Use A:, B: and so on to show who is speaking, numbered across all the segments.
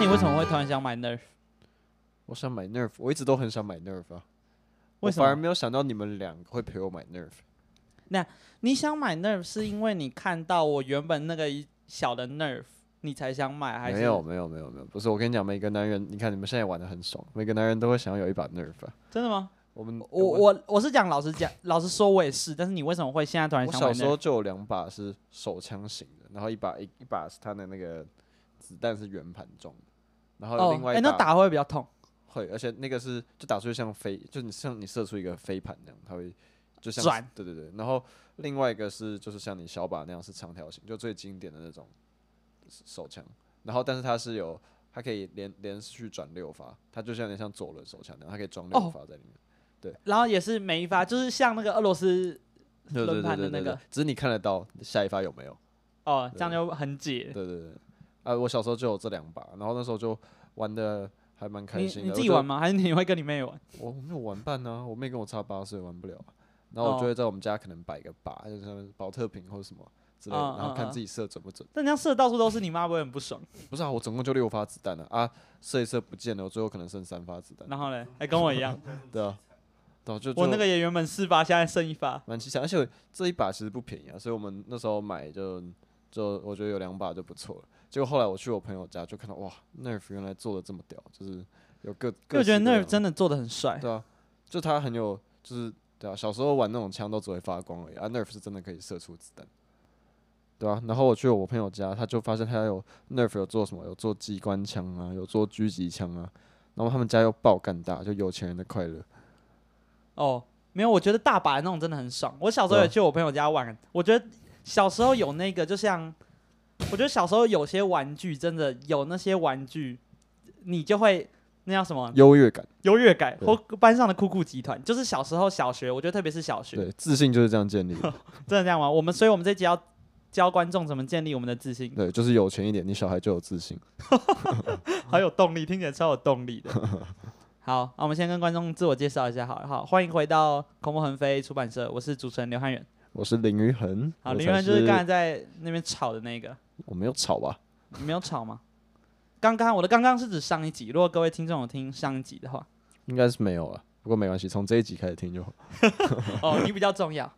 A: 很想买 Nerf，
B: 我想买 Nerf，我一直都很想买 Nerf 啊。
A: 为
B: 我
A: 什
B: 反而
A: 么？
B: 没有想到你们两个会陪我买 Nerf。
A: 你想买 Nerf 是因为你看到我原本那个一小的 Nerf，你才想买，还是
B: 没有没有没有没有，不是我跟你讲，每个男人，你看你们现在玩的很爽，每个男人都会想要有一把 Nerf 啊、
A: 真的吗？
B: 我们
A: 我我我是讲老实讲， 老实说我也是，但是你为什么会现在突然
B: 我
A: 想买
B: 小时
A: Nerf？
B: 候就有两把是手枪型的，然后一把一一把是它的那个子弹是圆盘状的，然后有另
A: 哦，
B: 外
A: 哎，
B: 一
A: 那
B: 把、
A: 打会比较痛。
B: 会，而且那个是就打出去像飞，就你像你射出一个飞盘那样，它会就像
A: 转，
B: 对对对。然后另外一个是就是像你小把那样是长条形，就最经典的那种手枪。然后但是它是有，它可以连连续转六发，它就像有点像左轮手枪那样，它可以装
A: 哦
B: 六发在里面。
A: 然后也是每一发，就是像那个俄罗斯
B: 对对
A: 轮
B: 对
A: 盘的
B: 对
A: 那
B: 对
A: 个
B: 对，只是你看得到下一发有没有。
A: 哦，这样就很解。
B: 对对对，啊，我小时候就有这两把，然后那时候就玩的还蛮
A: 你
B: 开心的。啊
A: 你自
B: 我
A: 己
B: 就
A: 玩吗？还是你会跟你妹玩？
B: 我没有玩伴呢、我妹跟我差八岁，玩不了啊。然后我
A: 哦
B: 就会在我们家可能摆个靶，就是什么保特瓶或者什么之类的，
A: 嗯
B: 然
A: 嗯
B: 后看
A: 嗯
B: 自己射准不准。
A: 那这样射到处都是，你妈不会很不爽？
B: 不是啊，我总共就六发子弹啊，啊，射一射不见了，我最后可能剩三发子弹。
A: 然后嘞，还跟我一样，
B: 对啊，对啊，就
A: 我那
B: 就
A: 个也原本四发，现在剩一发。
B: 蛮凄惨，而且我这一把其实不便宜啊，所以我们那时候买就就我觉得有两把就不错了。结果后来我去我朋友家就看到哇，Nerf 原来做的这么屌，就是有各
A: 因为
B: 各
A: 我觉得
B: 式各
A: Nerf
B: 样
A: 真的做的很帅，
B: 对啊，就他很有，就是对啊，小时候玩那种枪都只会发光而已，啊，Nerf 是真的可以射出子弹，对啊。然后我去我朋友家，他就发现他有 Nerf 有做什么，有做机关枪啊，有做狙击枪啊，然后他们家又爆干大，就有钱人的快乐。
A: 哦，没有，我觉得大把的那种真的很爽。我小时候也
B: 对啊
A: 去我朋友家玩，我觉得小时候有那个，就像我觉得小时候有些玩具真的有那些玩具，你就会那叫什么
B: 优越感，
A: 优越感，
B: 对
A: 或班上的酷酷集团，就是小时候小学，我觉得特别是小学，
B: 对，自信就是这样建立的，
A: 真的这样玩。我们所以我们这集要教观众怎么建立我们的自 信，
B: 对，就是有钱一点，你小孩就有自信。
A: 好有动力，听起来超有动 力的。好，那我们先跟观众自我介绍一下，好了好，欢迎回到空梦横飞出版社，我是主持人刘汉远。
B: 我是林于恒，
A: 好，
B: 我
A: 林
B: 才
A: 元就是
B: 是
A: 刚才在那边吵的那个，
B: 我没有吵吧？
A: 你没有吵吗？刚刚我的刚刚是指上一集，如果各位听众有听上一集的 话，
B: 应该是没有了，不过没关系，从这一集开始听就好。
A: 哦，你比较重要。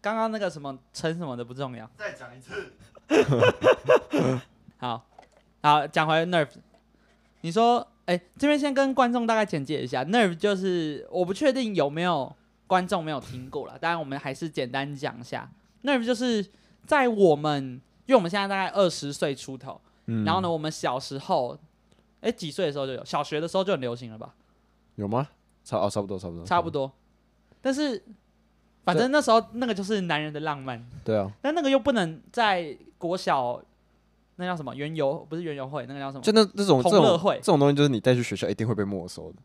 A: 刚刚那个什么称什么的不重要。
C: 再讲一次，
A: 好，好，讲回 Nerf，你说，哎、这边先跟观众大概简介一下，Nerf 就是我不确定有没有观众没有听过了，当然我们还是简单讲一下，Nerf 就是在我们，因为我们现在大概二十岁出头，
B: 嗯，
A: 然后呢，我们小时候，哎、几岁的时候就有，小学的时候就很流行了吧，
B: 有吗？差哦，差不多，差不多，
A: 差不多，但是。反正那时候那个就是男人的浪漫，
B: 对啊，
A: 但那个又不能在国小，那叫什么园游不是园游会，那个叫什么？
B: 就那这种这
A: 同乐
B: 种
A: 会
B: 这种东西，就是你带去学校一定会被没收的，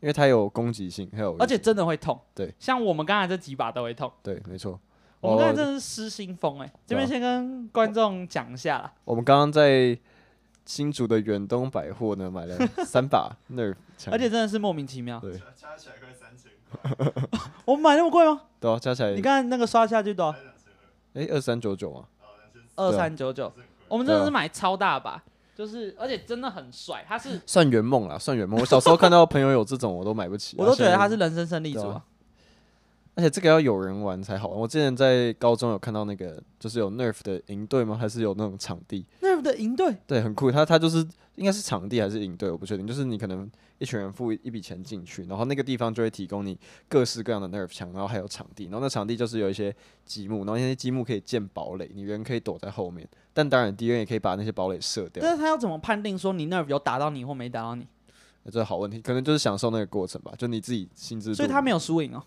B: 因为它有攻击性，还有
A: 而且真的会痛。
B: 对，哦
A: 像我们刚才这几把都会痛。
B: 对，没错。
A: 我们刚才真
B: 我
A: 的是失心疯哎、
B: 啊
A: 这边先跟观众讲一下啦。
B: 我们刚刚在新竹的远东百货呢 买了三把 Nerf 枪，
A: 而且真的是莫名其妙，
B: 对
C: 加加起来快三千块，
A: 我们买那么贵吗？
B: 对啊，加起来
A: 你刚才那个刷下去多少？
C: 还两千二，
B: 哎二三九九嘛，
C: 哦，两千四，
A: 二三九九
C: 还。是很贵。
A: 我们真的是买超大把，就是而且真的很帅，他是，
B: 算圆梦啦，算圆梦。我小时候看到朋友有这种，我都买不起
A: 我都觉得他
B: 它
A: 是，人生胜利组
B: 对
A: 啊。
B: 而且这个要有人玩才好玩。我之前在高中有看到那个，就是有 Nerf 的营队吗？还是有那种场地？
A: 那的营队
B: 对，很酷。他他就是应该是场地还是营队，我不确定。就是你可能一群人付一一笔钱进去，然后那个地方就会提供你各式各样的 nerf 枪，然后还有场地，然后那场地就是有一些积木，然后那些积木可以建堡垒，你人可以躲在后面，但当然敌人也可以把那些堡垒射掉。
A: 但是他要怎么判定说你那有打到你或没打到你？
B: 这是好问题，可能就是享受那个过程吧，就你自己心知肚明。
A: 所以他没有输赢哦，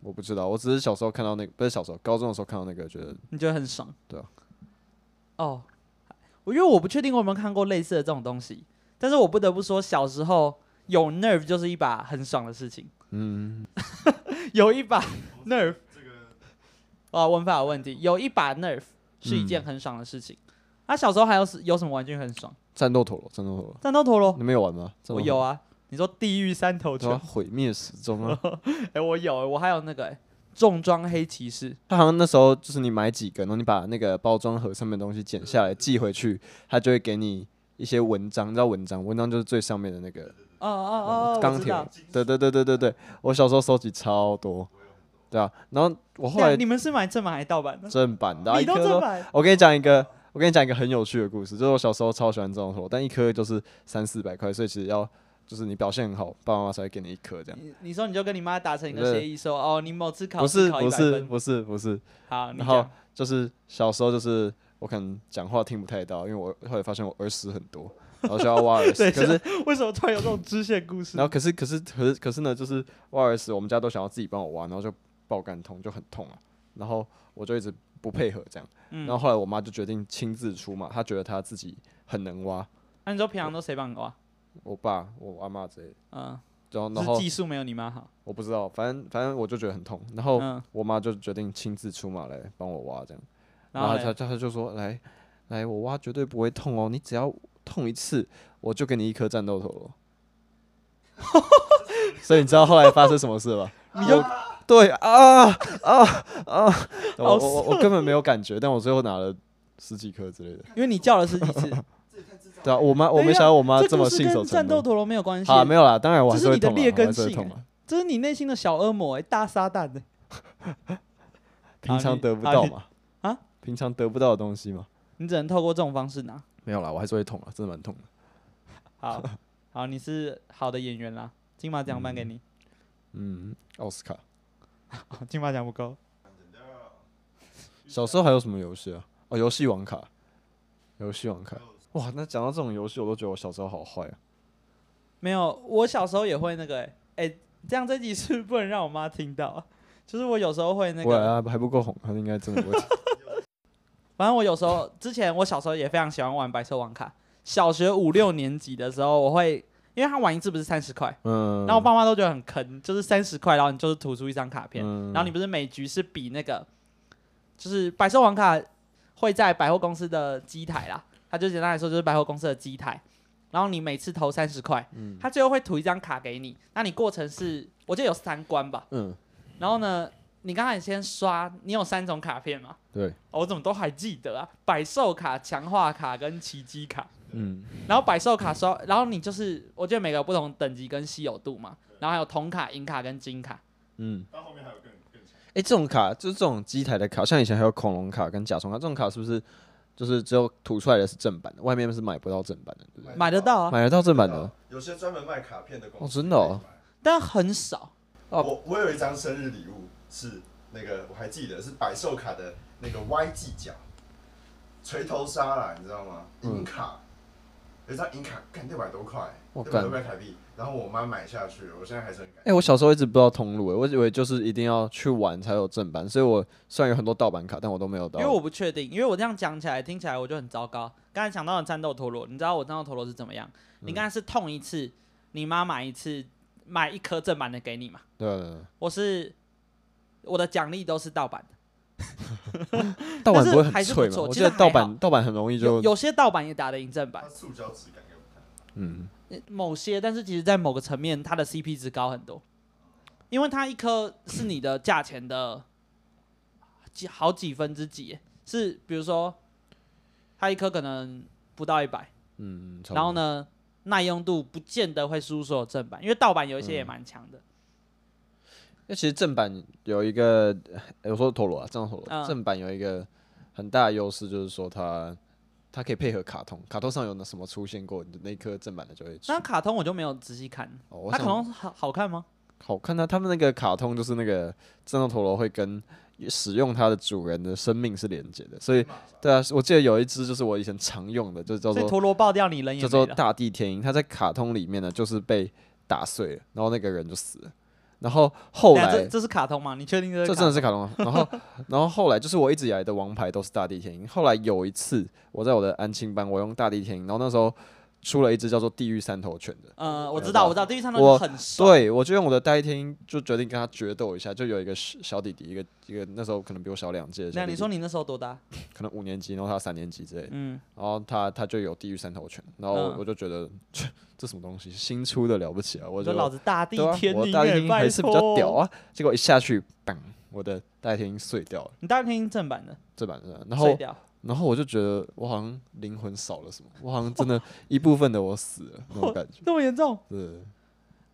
B: 我不知道，我只是小时候看到那个，不是小时候，高中的时候看到那个，觉得
A: 你觉得很爽？
B: 对啊。
A: 哦，我因为我不确定我有没有看过类似的这种东西，但是我不得不说，小时候有 nerve 就是一把很爽的事情，
B: 嗯，
A: 有一把
C: 我
A: nerve
C: 这个
A: 啊，文法有问题，有一把 nerve 是一件
B: 嗯
A: 很爽的事情。那、小时候还有是有什么玩具很爽？
B: 战斗陀螺，战斗陀螺，
A: 战斗陀螺，
B: 你们有玩吗？
A: 哦我有
B: 啊，
A: 啊。你说地狱三头
B: 对啊，
A: 犬？
B: 毁灭始终啊。
A: 哎、我有、我还有那个、哎重装黑骑士。
B: 他好像那时候就是你买几个，然后你把那个包装盒上面的东西剪下来寄回去，他就会给你一些文章，你知道文章，文章就是最上面的那个
A: 哦哦哦，
B: 钢
A: 我知
B: 铁
A: 道。
B: 对对对对对对，我小时候收集超多，对啊，然后我后
A: 对
B: 来
A: 啊你们是买正版还是盗版的？
B: 正版的啊，一
A: 你
B: 颗
A: 都
B: 都
A: 正版，
B: 我跟你讲一个，我跟你讲一个很有趣的故事，就是我小时候超喜欢这种货，但一颗就是三四百块，所以其实要就是你表现很好，爸爸妈妈才会给你一颗这样。
A: 你你说你就跟你妈达成一个
B: 不是
A: 协议说，哦，你某次考
B: 不
A: 试
B: 是
A: 考
B: 不
A: 一百
B: 是
A: 分，
B: 不是不是，
A: 好，你
B: 然后
A: 讲
B: 就是小时候就是我可能讲话听不太到，因为我后来发现我耳屎很 多，然后就要挖耳
A: 对
B: 屎。可是
A: 为什么突然有这种支线故事
B: 然？后可是可是可是可是呢，就是挖耳屎，我们家都想要自己帮我挖，然后就爆肝痛，就很痛啊。然后我就一直不配合这样，
A: 嗯
B: 然后后来我妈就决定亲自出马，她觉得她自己很能挖，
A: 那你说平常都谁帮你挖？
B: 我爸、我阿妈之类的。
A: 嗯，
B: 然 后然
A: 是
B: 后
A: 技术没有你妈好。
B: 我不知道，反正反正我就觉得很痛。然后
A: 嗯
B: 我妈就决定亲自出马来帮我挖这样，
A: 然
B: 然
A: 后
B: 后
A: 嘞
B: 她她她就说来来，我挖绝对不会痛哦，你只要痛一次，我就给你一颗战斗陀螺。 所以你知道后来发生什么事了吧？
A: 你就
B: 我对啊啊啊！我
A: 好
B: 我我我根本没有感觉，但我最后拿了十几颗 之类的。
A: 因为你叫了十几次，
B: 对啊，我妈我
A: 等一
B: 没
A: 下
B: 想到我 妈
A: 这
B: 这么
A: 故事
B: 信守
A: 跟战
B: 承
A: 斗
B: 诺。
A: 陀螺没有关系。
B: 好，没有啦，当然我还
A: 这是
B: 会
A: 你的
B: 痛啊，
A: 劣
B: 我还
A: 根
B: 是会
A: 性
B: 痛
A: 欸
B: 啊。
A: 这是你内心的小恶魔、欸，大撒旦、欸。
B: 平常
A: 啊你
B: 得不
A: 好
B: 到
A: 你
B: 嘛？
A: 啊？
B: 平常得不到的东西嘛？
A: 你只能透过这种方式拿。
B: 没有啦，我还是会痛啊，真的蛮痛的。
A: 好， 好，你是好的演员啦，金马奖颁给你。
B: 嗯，奥斯卡。嗯
A: 金马奖不够，
B: 小时候还有什么游戏啊？哦，游戏王卡，游戏王卡。哇，那讲到这种游戏，我都觉得我小时候好坏啊。
A: 没有。我小时候也会那个、欸，哎、这样这集是不是不能让我妈听到啊。就是我有时候会那
B: 我
A: 个，
B: 还还不够啊红，他应该真 的不会听。
A: 反正我有时候之前我小时候也非常喜欢玩白色网卡。小学五六年级的时候，我会因为他玩一次不是三十块，
B: 嗯，
A: 然后我爸妈都觉得很坑，就是三十块，然后你就是吐出一张卡片，
B: 嗯
A: 然后你不是每局是比那个，就是百寿网卡会在百货公司的机台啦，它就简单来说就是百货公司的机台，然后你每次投三十块，
B: 嗯
A: 它最后会吐一张卡给你，那你过程是我记得有三关吧，
B: 嗯，
A: 然后呢，你刚才先刷，你有三种卡片吗？
B: 对，
A: 哦我怎么都还记得啊，百寿卡、强化卡跟奇迹卡。
B: 嗯
A: 然后百兽卡刷，然后你就是，我觉得每个有不同等级跟稀有度嘛，然后还有铜卡、银卡跟金卡。
B: 嗯。
C: 到后面还有更更强，
B: 哎、这种卡就是这种机台的卡，像以前还有恐龙卡跟甲虫卡，这种卡是不是就是只有吐出来的是正版的，外面是买不到正版的，对不对？
A: 买得到啊，
B: 买得到正版的，
C: 有些专门卖卡片的公
B: 哦
C: 司
B: 真的哦
A: 但很少。
B: 哦
C: 我我有一张生日礼物是那个我还记得是百寿卡的那个 YG 角，锤头沙啦，你知道吗？
B: 嗯
C: 银卡，有一张银卡干六百多块，
B: 我
C: 六
B: 干
C: 百多块台币，然后我妈买下去，我现在还是很感
B: 哎、我小时候一直不知道通路、欸，我以为就是一定要去玩才有正版，所以我虽然有很多盗版卡，但我都没有盗
A: 因。为我不确定，因为我这样讲起来听起来我就很糟糕。刚才讲到了战斗陀螺，你知道我战斗陀螺是怎么样？你刚才是痛一次，你妈买一次，买一颗正版的给你嘛？
B: 对啊对啊
A: 我是我的奖励都是盗版的，
B: 对啊，盗版
A: 但
B: 不会
A: 是还
B: 很
A: 是不
B: 脆吗？
A: 错
B: 我
A: 其
B: 觉
A: 实
B: 得盗
A: 还好
B: 版盗版很容易
A: 有
B: 就
A: 有些盗版也打得赢正版
C: 它，塑胶质感给我
B: 嗯，
A: 某些，但是其实在某个层面，它的 CP 值高很多，因为它一颗是你的价钱的几好几分之几耶，是比如说它一颗可能不到一百，
B: 嗯，差不多
A: 然后？呢耐用度不见得会输所有正版，因为盗版有一些也蛮强
B: 嗯
A: 的。
B: 那其实正版有一个，欸我说陀螺啊，这样陀螺，
A: 嗯
B: 正版有一个很大的优势，就是说它它可以配合卡通，卡通上有那什么出现过，你的那一颗正版的就会出
A: 那。卡通我就没有仔细看，
B: 哦，我
A: 它卡
B: 想
A: 通好好看吗？
B: 好看啊，他们那个卡通就是那个战斗陀螺会跟使用它的主人的生命是连接的，所以对啊，我记得有一只就是我以前常用的，就叫
A: 所以
B: 做
A: 陀螺爆掉，你人也
B: 叫
A: 没
B: 做
A: 了。
B: 大地天鹰，它在卡通里面呢就是被打碎了，然后那个人就死了，然后后
A: 等下
B: 来
A: 这这是卡通吗？你确定这是
B: 这
A: 卡
B: 真的是卡通啊，然后 然后后来就是我一直以来的王牌都是大地天鹰，后来有一次我在我的安亲班，我用大地天鹰，然后那时候出了一只叫做地狱三头犬的。
A: 呃，我知道，我知道，地狱上头
B: 我
A: 很帅，
B: 对，我就用我的代听，就决定跟他决斗一下。就有一个小小弟弟，一个一个那时候可能比我小两届的小
A: 那
B: 弟弟，
A: 你说你那时候多大？
B: 可能五年级，然后他三年级之类的，
A: 嗯，
B: 然后他他就有地狱三头犬，然后我
A: 嗯
B: 我就觉得、 切这什么东西新出的了不起啊！我
A: 我
B: 就
A: 说老子大地
B: 对啊
A: 天
B: 我
A: 宁
B: 大
A: 欸
B: 听还是比较屌！
A: 拜托
B: 啊。结果一下去，bang，我的代听碎掉了，
A: 你大地天宁正版的，
B: 这版的。然
A: 碎
B: 后
A: 掉。
B: 然后我就觉得我好像灵魂少了什么，我好像真的一部分的我死了那种 感觉。
A: 这么严重，
B: 对，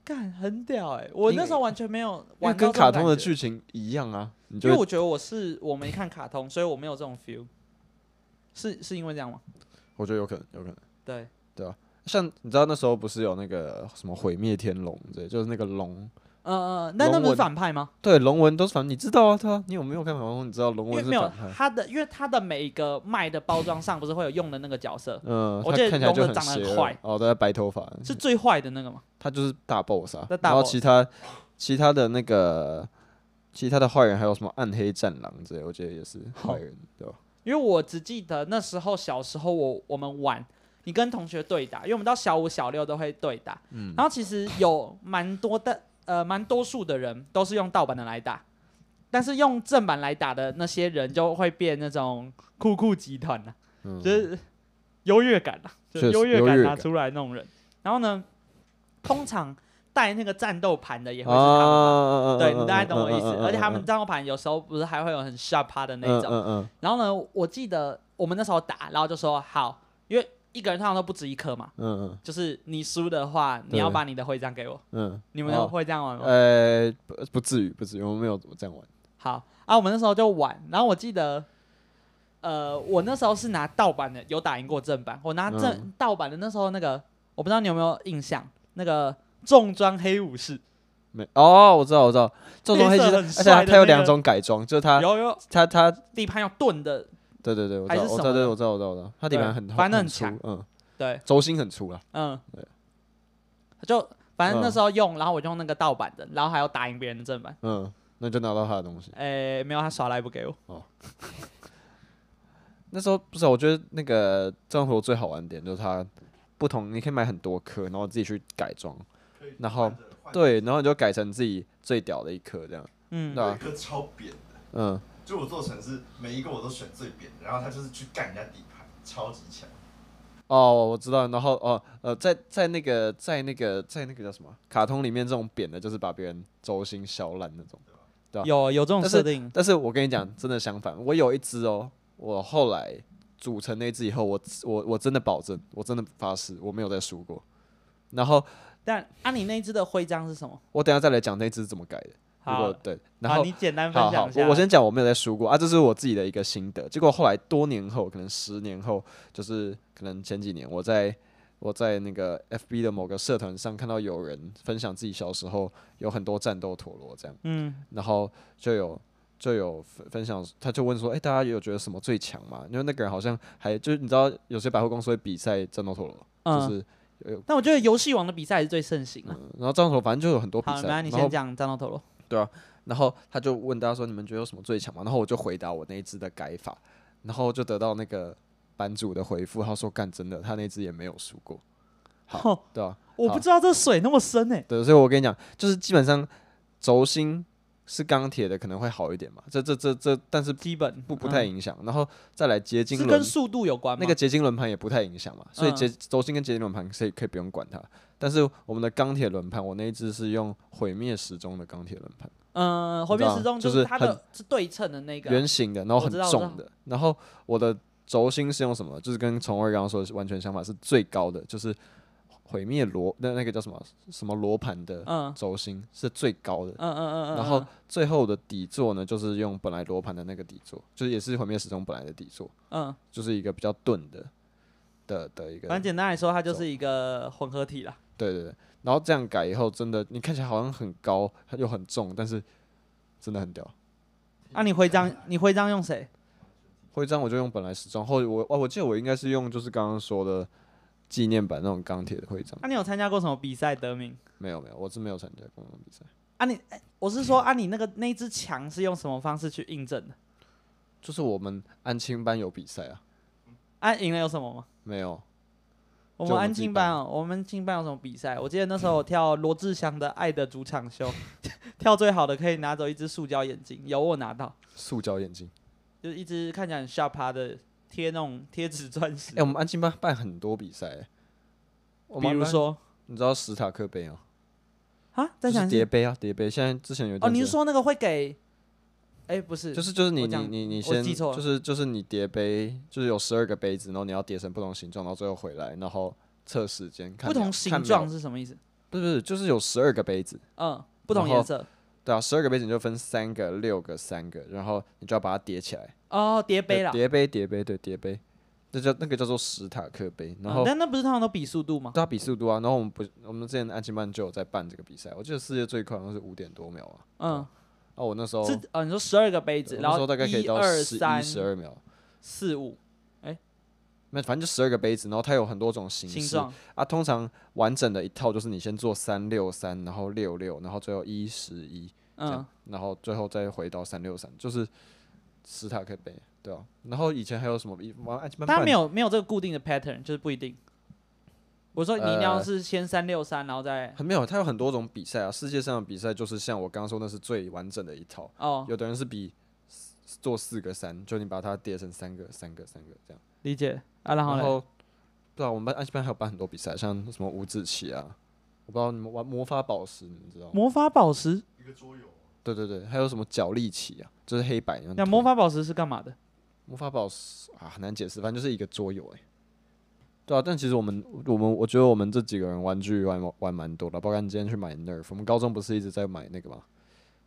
A: 干很屌哎、我那时候完全没有
B: 因为
A: 玩
B: 跟
A: 到这种
B: 卡通的
A: 感觉
B: 剧情一样啊，你
A: 因为
B: 就
A: 我
B: 会
A: 觉得我是我没看卡通，所以我没有这种 feel，是是因为这样吗？
B: 我觉得有可能，有可能。
A: 对，
B: 像你知道那时候不是有那个什么毁灭天龙之类，就是那个龙，
A: 嗯嗯，那
B: 龙
A: 那不是
B: 纹
A: 反派吗？
B: 对，龙纹都是反，你知道啊，他，你有没有看卡通？你知道龙
A: 因为
B: 纹是
A: 没有
B: 反派，
A: 他的，因为他的每一个卖的包装上不是会有用的那个角色，
B: 嗯，
A: 我
B: 他
A: 记得
B: 看起来
A: 龙
B: 就
A: 纹
B: 很
A: 长得很
B: 邪恶
A: 坏，
B: 哦，对，他白头发，
A: 是最坏的那个吗？
B: 他就是大 boss 啊
A: 那。大
B: 然后
A: boss
B: 其他其他的那个其他的坏人还有什么暗黑战狼之类，我觉得也是坏人，对吧？
A: 因为我只记得那时候小时候我我们玩，你跟同学对打，因为我们到小五小六都会对打，
B: 嗯
A: 然后其实有蛮多的呃蛮多数的人都是用盗版的来打，但是用正版来打的那些人就会变那种酷酷集团呐、
B: 嗯
A: 就是优越感啦、就
B: 确
A: 是
B: 实
A: 优越
B: 优
A: 感
B: 越
A: 拿
B: 感
A: 出来那种人。然后呢，通常带那个战斗盘的也会是他们。
B: 啊，
A: 对，你大概懂我意思。
B: 嗯
A: 而且他们战斗盘有时候不是还会有很 sharp 趴的那一种，
B: 嗯嗯
A: 然后呢，我记得我们那时候打，然后就说好，因为一个人通常都不止一颗嘛，
B: 嗯嗯
A: 就是你输的话，你
B: 对
A: 要把你的徽章给我。
B: 嗯嗯，
A: 你们都
B: 哦
A: 会这样玩吗？
B: 呃，不不至于，不至于，我们没有这样玩。
A: 好啊，我们那时候就玩，然后我记得。呃，我那时候是拿盗版的，有打赢过正版。我拿正、
B: 嗯
A: 盗版的那时候，那个我不知道你有没有印象，那个重装黑武士，
B: 没哦，我知道，我知道，这种黑
A: 黑
B: 就
A: 色很
B: 是，而且
A: 帅
B: 它
A: 的
B: 它有
A: 那
B: 两
A: 个
B: 种改装，就是它
A: 有有
B: 它它，
A: 地盘要盾的，
B: 对对对，我知
A: 还
B: 道，
A: 是
B: 我
A: 什
B: 知道，
A: 么
B: 对
A: 的
B: 我知道，我知道，我知道，它地
A: 对
B: 板很
A: 反正很
B: 粗
A: 强，
B: 嗯，
A: 对，
B: 轴心很粗啦，
A: 嗯
B: 对，
A: 就反正那
B: 嗯
A: 时候用，然后我就用那个盗版的，然后还有打赢别人的正版。
B: 嗯，那就拿到它的东西。
A: 诶、没有，他耍赖不给我。
B: 那时候不是啊，我觉得那个《战火》最好玩的点就是它不同，你可以买很多颗，然后自己去改装，
C: 可以
B: 然后
C: 换着换着
B: 对，然后你就改成自己最屌的一颗这样，
A: 嗯
B: 对，啊
C: 有一颗超扁的，
B: 嗯，
C: 就我做成是每一个我都选最扁的，然后他就是去干人家底盘，超级强。
B: 哦，我知道，然后哦，呃，在在那个在那个在那个叫什么卡通里面，这种扁的就是把别人轴心削烂那种。啊
A: 有有这种
B: 但
A: 设定，
B: 但是我跟你讲，真的相反，我有一只哦，我后来组成那只以后，我我我真的保证，我真的发誓，我没有再输过。然后
A: 但啊，你那一只的徽章是什么？
B: 我等一下再来讲那只是怎么改的。如
A: 好
B: 果，对，然后、
A: 好你简单分
B: 好
A: 享
B: 好
A: 一，下。
B: 我我先讲，我没有在输过啊，这是我自己的一个心得。结果后来多年后，可能十年后，就是可能前几年，我在我在那个 FB 的某个社团上看到有人分享自己小时候有很多战斗陀螺这样，
A: 嗯，
B: 然后就有就有分分享，他就问说，哎、大家有觉得什么最强吗？因为那个人好像还就是你知道，有些百货公司会比赛战斗陀螺，
A: 嗯
B: 就是。
A: 但我觉得游戏王的比赛还是最盛行啊。
B: 嗯然后战斗陀螺反正就有很多比
A: 好，
B: 赛，
A: 那你
B: 然后
A: 先讲战斗陀螺。
B: 然后他就问大家说：“你们觉得有什么最强吗？”然后我就回答我那一只的改法，然后就得到那个版主的回复，他说：“干真的，他那只也没有输过，
A: 好，
B: 对吧、
A: 我
B: 好
A: 不知道这水那么深欸诶、
B: 对，所以我跟你讲，就是基本上轴心是钢铁的可能会好一点嘛，这这这这，但是
A: 基本
B: 不不太
A: 嗯
B: 影响。然后再来结晶
A: 是
B: 轮
A: 跟速度有关吗？
B: 那个结晶轮盘也不太影响嘛，所以
A: 嗯
B: 结轴心跟结晶轮盘可以可以不用管它。但是我们的钢铁轮盘，我那一只是用毁灭时钟的钢铁轮盘。”
A: 嗯，
B: 你
A: 回
B: 知
A: 变
B: 道
A: 时钟
B: 就是
A: 它
B: 很
A: 的是对称的那个啊。
B: 圆形的，然后
A: 我
B: 很
A: 知道我知道
B: 重的。然后我的轴心是用什么？就是跟虫儿刚刚说的是完全相反，是最高的，就是毁灭罗那那个叫什么什么罗盘的
A: 嗯
B: 轴心是最高的。
A: 嗯嗯嗯嗯。
B: 然后
A: 嗯
B: 最后的底座呢，就是用本来罗盘的那个底座，就是也是毁灭时钟本来的底座，
A: 嗯，
B: 就是一个比较钝的的的一个。
A: 反正简单来说，它就是一个混合体啦。
B: 对对对。然后这样改以后，真的你看起来好像很高又很重，但是真的很屌。
A: 啊，你徽章，你徽章用谁？
B: 徽章我就用本来时装，或者我哦，我记得我应该是用就是刚刚说的纪念版那种钢铁的徽章。
A: 啊，你有参加过什么比赛得名？
B: 没有没有，我是没有参加过那种比赛，
A: 啊你，哎我是说啊，你那个那一只墙是用什么方式去印证的？
B: 就是我们安亲班有比赛啊，
A: 啊，赢了有什么吗？
B: 没有
A: 我
B: 就
A: 们
B: 我们
A: 安
B: 自己
A: 静班哦，我们静班有什么比赛？我记得那时候我跳罗志祥的《爱的主场秀》， 跳最好的可以拿走一只塑胶眼镜，有我拿到，
B: 塑胶眼镜。
A: 嗯就是一只看起来很下趴的贴那种贴纸钻石
B: 哎、。我们安亲班办很多比赛欸、 我
A: 比
B: 们安
A: 如
B: 班，
A: 说
B: 你知道史塔克杯啊，
A: 啊，
B: 就
A: 再
B: 是
A: 讲一
B: 叠
A: 次
B: 杯啊，叠杯。现在之前有一
A: 哦，
B: 阵
A: 你
B: 子
A: 是说那个会给哎、不是，
B: 就是就是你
A: 我
B: 你
A: 讲
B: 你你
A: 我
B: 先
A: 记错了
B: 就是就是你叠杯，就是有十二个杯子，然后你要叠成不同形状，然后最后回来，然后测时间，看
A: 不同
B: 秒
A: 形
B: 看
A: 状
B: 秒
A: 是什么意思？
B: 不是不是，就是有十二个杯子，
A: 嗯，不同
B: 然后
A: 颜色
B: 对啊，十二个杯子你就分三个、六个、三个，然后你就要把它叠起来，
A: 哦，叠杯
B: 对
A: 啦。
B: 叠杯叠杯对叠杯，那叫那个叫做史塔克杯，然
A: 嗯
B: 后。
A: 但那不是通常都比速度吗？
B: 对啊，比速度啊，然后我们不，我们之前安亲班就有在办这个比赛，我记得世界最快好像是五点多秒啊。
A: 嗯，
B: 哦，我那时候，
A: 是呃，你说十二个杯子，
B: 对我
A: 然
B: 那
A: 后
B: 时候大概可以
A: 一
B: 到
A: 二
B: 十
A: 三
B: 一、十二秒，
A: 四五
B: 那反正就十二个杯子，然后它有很多种形
A: 形
B: 式
A: 状，
B: 啊。通常完整的一套就是你先做三六三，然后六六，然后最后一十一，这样
A: 嗯，
B: 然后最后再回到三六三，就是史塔克杯，对啊。然后以前还有什么玩哎安亲班办？
A: 它没有没有这个固定的 pattern，就是不一定。我说你一定要
B: 呃
A: 是先三六三，然后再
B: 很没有，它有很多种比赛啊。世界上的比赛就是像我刚刚说，那是最完整的一套。
A: 哦，
B: 有的人是比四做四个三，就你把它叠成三个、三个、三个这样。
A: 理解啊，然后
B: 然
A: 嘞
B: 后，对啊，我们班安琪班还有办很多比赛，像什么五子棋啊，我不知道你们玩魔法宝石，你们知道吗？
A: 魔法宝石，
C: 一个桌游啊，
B: 对对对，还有什么角力棋啊，就是黑白那
A: 那魔法宝石是干嘛的？
B: 魔法宝石啊，很难解释，反正就是一个桌游哎、对啊，但其实我们我们我觉得我们这几个人玩具玩玩蛮多的，包括你今天去买 Nerf，我们高中不是一直在买那个吗？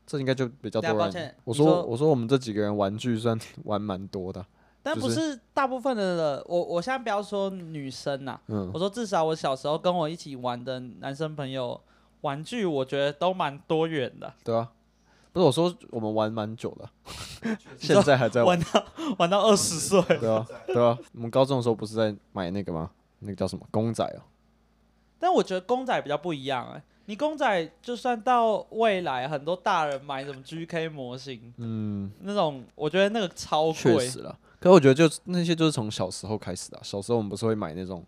B: 这应该就比较
A: 大家
B: 多
A: 啊抱
B: 人
A: 歉。
B: 我
A: 你说
B: 我说我们这几个人玩具算玩蛮多的，
A: 但
B: 就
A: 不
B: 是
A: 是大部分的，我我现在不要说女生呐、
B: 嗯
A: 我说至少我小时候跟我一起玩的男生朋友，玩具我觉得都蛮多元的，
B: 对啊，不是我说我们玩蛮久的，
A: 你
B: 现
A: 说
B: 在还在玩
A: 玩，到玩到二十岁，
B: 对啊，对啊。我们高中的时候不是在买那个吗？那个叫什么公仔哦、
A: 但我觉得公仔比较不一样哎、你公仔就算到未来，很多大人买什么 GK 模型
B: 嗯，
A: 那种，我觉得那个超
B: 确
A: 贵。
B: 实了。可我觉得就是那些就是从小时候开始的啊、小时候我们不是会买那种，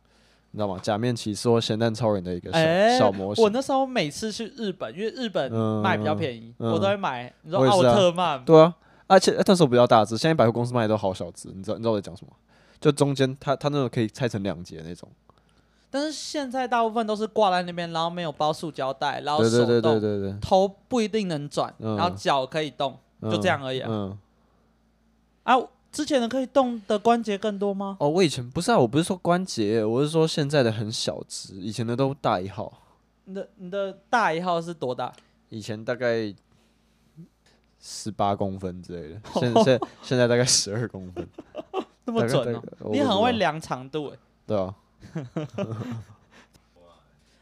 B: 你知道吗？假面骑士或咸蛋超人的一个小、
A: 哎
B: 小模型
A: 我。那时候每次去日本，因为日本
B: 嗯
A: 卖比较便宜，
B: 嗯
A: 我都会买。你说
B: 我也
A: 奥
B: 是啊
A: 特曼，
B: 对啊，而且那时候比较大只，现在百货公司卖的都好小只，你知道你知道我在讲什么吗？就中间它它那种可以拆成两截那种。
A: 但是现在大部分都是挂在那边，然后没有包塑胶袋，然后
B: 对
A: 手
B: 对
A: 动，
B: 对对对对，
A: 头不一定能转，
B: 嗯
A: 然后脚可以动
B: 嗯
A: 就这样而已啊
B: 嗯。
A: 啊。之前的可以动的关节更多吗？
B: 哦，我以前不是啊，我不是说关节，我是说现在的很小只，以前的都大一号，
A: 你的你的大一号是多大？
B: 以前大概十八公分之类的，现 现现在大概十二公分，
A: 那么
B: 大概
A: 准
B: 大
A: 哦、
B: 概
A: 你
B: 我不
A: 很
B: 知
A: 会
B: 道
A: 量长度哎、
B: 对啊，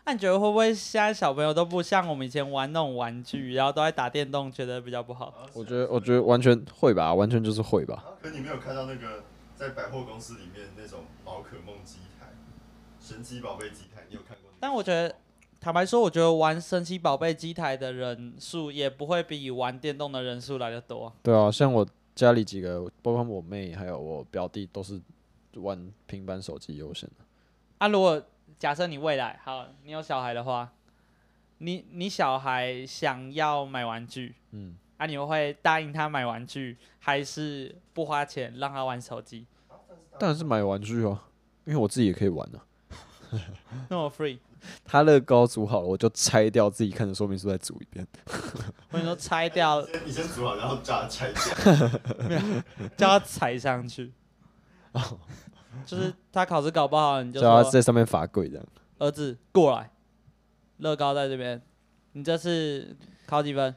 A: 那、你觉得会不会现在小朋友都不像我们以前玩那种玩具，然后都在打电动，觉得比较不好？
B: 我觉得我觉得完全会吧，完全就是会吧，
C: 啊可你没有看到那个在百货公司里面那种宝可梦机台、神奇宝贝机台，你有看过那个？
A: 但我觉得坦白说，我觉得玩神奇宝贝机台的人数也不会比玩电动的人数来的多啊、
B: 对啊，像我家里几个，包括我妹还有我表弟，都是玩平板手机优先的。
A: 啊，如果假设你未来好，你有小孩的话，你你小孩想要买玩具，
B: 嗯，
A: 啊，你会答应他买玩具，还是不花钱让他玩手机？
B: 当然是买玩具哦，因为我自己也可以玩啊。
A: 那么 free，
B: 他乐高组好了，我就拆掉，自己看着说明书再组一遍。
A: 我跟你说拆掉
C: 你，先你先煮好，然后炸拆掉。
A: 叫他踩上去。就是他考试搞不好，你就
B: 哦叫他
A: 说
B: 在上面罚跪这样。
A: 儿子过来，乐高在这边，你这次考几分？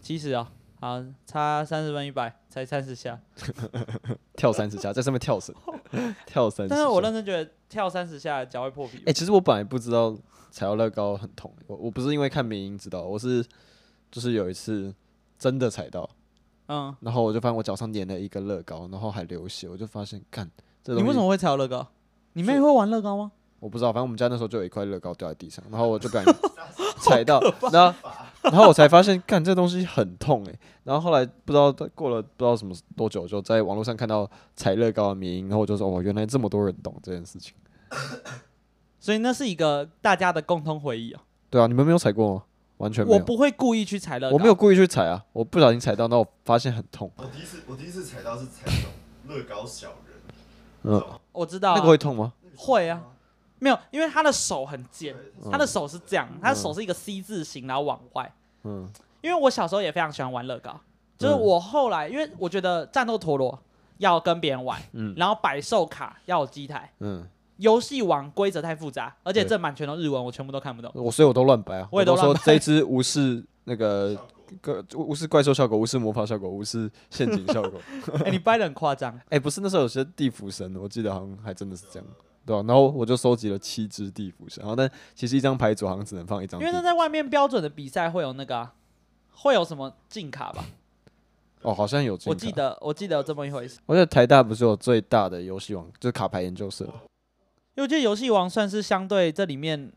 A: 七十啊，好，差三十分一百，才三十下。
B: 跳三 十下，在上面跳绳， 跳三十下。
A: 但是我认真觉得跳三十下脚会破皮
B: 哎、。其实我本来不知道踩到乐高很痛，我我不是因为看民音知道，我是就是有一次真的踩到，
A: 嗯，
B: 然后我就发现我脚上粘了一个乐高，然后还流血，我就发现干这
A: 你
B: 东
A: 为
B: 西
A: 什么会踩到乐高？你妹会玩乐高吗？
B: 我不知道，反正我们家那时候就有一块乐高掉在地上，然后我就不小心踩 到，然后然后我才发现，干这东西很痛哎、然后后来不知道过了不知道什么多久，就在网络上看到踩乐高的民音，然后我就说哦，原来这么多人懂这件事情。
A: 所以那是一个大家的共同回忆啊。
B: 对啊，你们没有踩过吗？完全没
A: 我
B: 有。
A: 不会故意去踩乐高，
B: 我没有。故意去踩啊，我不小心踩到，那我发现很痛，
C: 我第一次我第一次踩到是踩那种乐高小人，
B: 嗯
C: 知道吗
A: 我知道、
B: 那
A: 啊
B: 个会痛吗？
A: 会啊，没有，因为他的手很
C: 对
A: 尖，
B: 嗯
A: 他的手是这样，他的手是一个 C 字形，然后往外。
B: 嗯
A: 因为我小时候也非常喜欢玩乐高，就是我后来，因为我觉得战斗陀螺要跟别人玩，
B: 嗯
A: 然后百兽卡要有机台，
B: 嗯，
A: 游戏王规则太复杂，而且
B: 对
A: 正版全都日文，我全部都看 不懂。
B: 我所以我都乱掰啊，
A: 我也
B: 都
A: 都
B: 说
A: 乱掰
B: 这一只无视那个
C: 效果
B: 个无视怪兽效果，无视魔法效果，无视陷阱效果。
A: 哎、你掰的很夸张，
B: 哎、不是那时候有些地府神，我记得好像还真的是这样，对吧、然后我就收集了七只地府神，然后但其实一张牌组好像只能放一张
A: 因
B: 地
A: 为
B: 府
A: 那
B: 神。
A: 在外面标准的比赛会有那个啊、会有什么禁卡吧？
B: 哦，好像有金
A: 我
B: 卡
A: 记，得我记得有这么一回事，
B: 我记得台大不是有最大的游戏王，就是卡牌研究
A: 哦
B: 社。
A: 因为我觉得游戏王算是相对这里面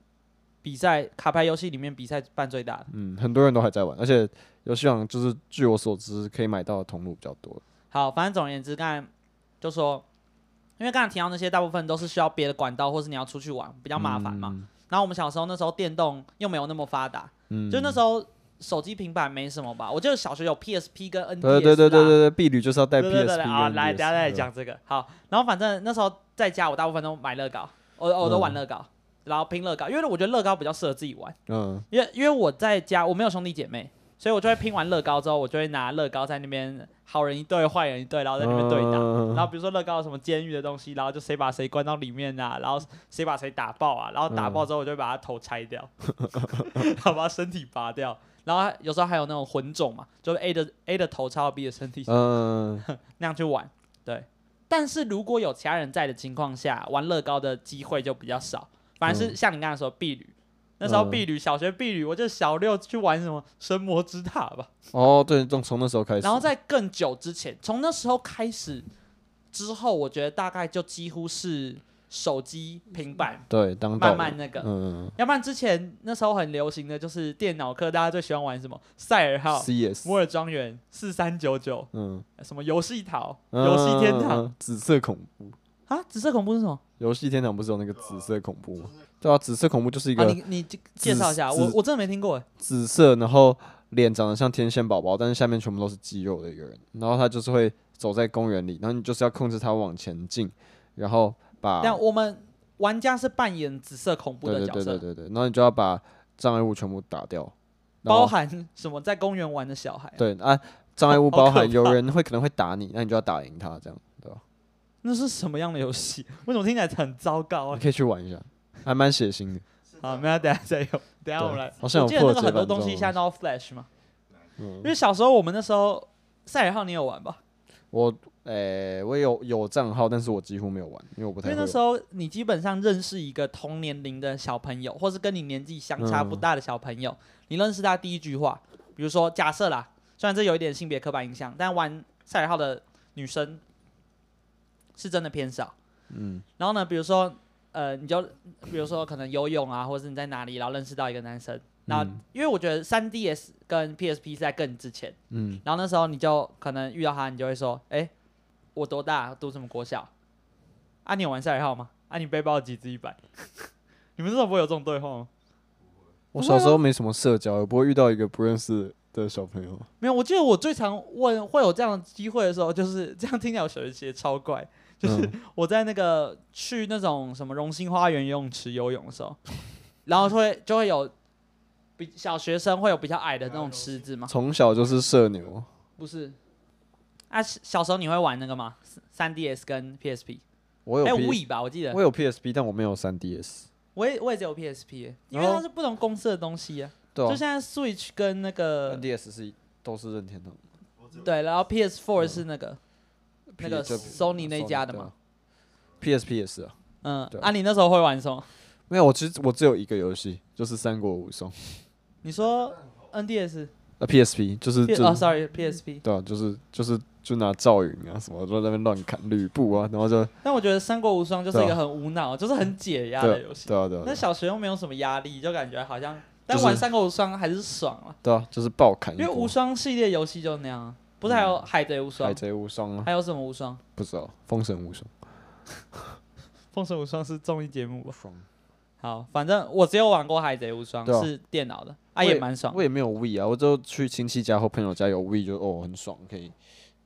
A: 比赛卡牌游戏里面比赛办最大的。
B: 嗯，很多人都还在玩，而且游戏王就是据我所知可以买到的通路比较多。
A: 好，反正总而言之，刚才就说，因为刚才提到那些大部分都是需要别的管道，或是你要出去玩，比较麻烦嘛。然后我们小时候那时候电动又没有那么发达，
B: 嗯，
A: 就那时候手机、平板没什么吧。我记得小学有 PSP 跟 NDS，
B: 对嗯对对对对
A: 啦
B: 对，婢女就是要带
A: 对
B: PSP
A: 对对对
B: 跟
A: 啊，来，
B: NDS
A: 等一下再来。讲这个。好，然后反正那时候在家，我大部分都买乐高，我我都玩乐高，然后拼乐高，因为我觉得乐高比较适合自己玩，
B: 嗯
A: 因为因为我在家我没有兄弟姐妹。所以我就会拼完乐高之后，我就会拿乐高在那边好人一队，坏人一队，然后在那边对打。
B: 嗯
A: 然后比如说乐高有什么监狱的东西，然后就谁把谁关到里面啊，然后谁把谁打爆啊，然后打爆之后我就会把他头拆掉， 然后把他身体拔掉，然后有时候还有那种混种嘛，就是 A 的 A 的头插到 B 的身体上
B: 嗯，
A: 那样去玩，对。但是如果有其他人在的情况下，玩乐高的机会就比较少，反而
B: 嗯
A: 是像你刚才说的婢女。那时候婢女，小学婢女，我就小六去玩什么神魔之塔吧，
B: 哦，对，从从那时候开始，
A: 然后在更久之前，从那时候开始之后，我觉得大概就几乎是手机、平板
B: 对当道
A: 慢慢
B: 理
A: 那个，
B: 嗯
A: 要不然之前那时候很流行的就是电脑课，大家最喜欢玩什么赛尔号、
B: CS
A: 摩尔庄园、四三九九，
B: 嗯
A: 什么游戏桃、游戏天堂
B: 嗯紫色恐怖
A: 啊？紫色恐怖是什么？
B: 游戏天堂不是有那个紫色恐怖吗？对啊，紫色恐怖就是一
A: 哦啊，
B: 个
A: 你你介介绍一下，
B: 紫啊
A: 我我真的没听过欸，
B: 紫色，然后脸长得像天线宝宝，但是下面全部都是肌肉的一个人。然后他就是会走在公园里，然后你就是要控制他往前进，然后把
A: 但我们玩家是扮演紫色恐怖
B: 对
A: 的
B: 对
A: 角
B: 对对
A: 色，
B: 对对，然后你就要把障碍物全部打掉，然后
A: 包含什么在公园玩的小孩啊，
B: 对啊，障碍物
A: 好可
B: 包含
A: 怕
B: 有人会可能会打你，那你就要打赢他，这样对吧？
A: 那是什么样的游戏？为什么听起来很糟糕啊
B: 你？可以去玩一下，还蛮血腥的。
C: 啊
A: 好，没有，等一下再有，等一下我们来。
B: 好像有
A: 我记得那
B: 破
A: 个
B: 解
A: 很多
B: 版这
A: 东西
B: 种
A: 现在都要 Flash 嘛，因
B: 嗯，
A: 为小时候我们那时候赛尔号你有玩吧？
B: 我诶、我有有账号，但是我几乎没有玩，因为我不
A: 因
B: 太
A: 为
B: 会
A: 那
B: 玩。
A: 时候你基本上认识一个同年龄的小朋友，或是跟你年纪相差不
B: 嗯
A: 大的小朋友，你认识他第一句话，比如说假设啦，虽然这有一点性别刻板印象，但玩赛尔号的女生是真的偏少。
B: 嗯
A: 然后呢，比如说呃，你就比如说可能游泳啊，或者是你在哪里，然后认识到一个男生。那、
B: 嗯
A: 因为我觉得三 DS 跟 PSP 是在更之前，
B: 嗯，
A: 然后那时候你就可能遇到他，你就会说：“哎、我多大？读什么国小？啊，你有玩赛尔号吗？啊，你背包几只一百？” 你们那时候不会有这种对话吗？
B: 我小时候没什么社交，也不会遇到一个不认识的小朋友。
A: 没有，我记得我最常问会有这样的机会的时候，就是这样听起来我小学其实超怪，就是
B: 嗯
A: 我在那个去那种什么荣兴花园游泳池游泳的时候，然后就会就会有比小学生会有比较矮的那种池子吗？
B: 从小就是社牛，
A: 不是，啊，小小时候你会玩那个吗？三 DS 跟 PSP，
B: 我有
A: 哎
B: P，、
A: ，We 吧，我记得
B: 我，有 PSP，但我没有 3DS。
A: 我也我也只有 PSP，欸因
B: 然
A: 为
B: 后
A: 它是不同公司的东西啊，
B: 哦对
A: 就
B: 啊
A: 现在 Switch 跟那个
B: 3DS 是都是任天堂，
A: 对，然后 PS4 是那个那个
B: 嗯 P- 就
A: Sony 那一家的嘛，
B: 对啊？PSP 也是啊。
A: 嗯
B: 对，
A: 啊，你那时候会玩什么？
B: 没有，我其实我只有一个游戏，就是《三国无双》
A: 你说 NDS
B: 啊，PSP 就是
A: ，P
B: 就
A: 哦，sorry PSP，
B: 对啊，就是就是就拿赵云啊什么，就在那边乱砍吕布啊，然后就
A: 但我觉得《三国无双》就是
B: 对啊
A: 一个很无脑，就是很解压的
B: 对
A: 游戏。
B: 对啊对啊对
A: 那
B: 啊
A: 小学又没有什么压力，就感觉好像，但
B: 就是
A: 玩《三国无双》还是爽啊，
B: 对啊，就是爆砍一
A: 因
B: 波。
A: 为无双系列游戏就那样啊，不是还有《海贼无双
B: 嗯海》，贼无双啊，
A: 还有什么无双？
B: 不知道封神无双。
A: 风神无双是综艺节目吧？
B: 双
A: 好，反正我只有玩过《海贼无双
B: 对》，啊
A: 是电脑的，啊
B: 我也
A: 也蛮爽。
B: 我也没有 We 啊，我就去亲戚家或朋友家有 We 就哦很爽，可以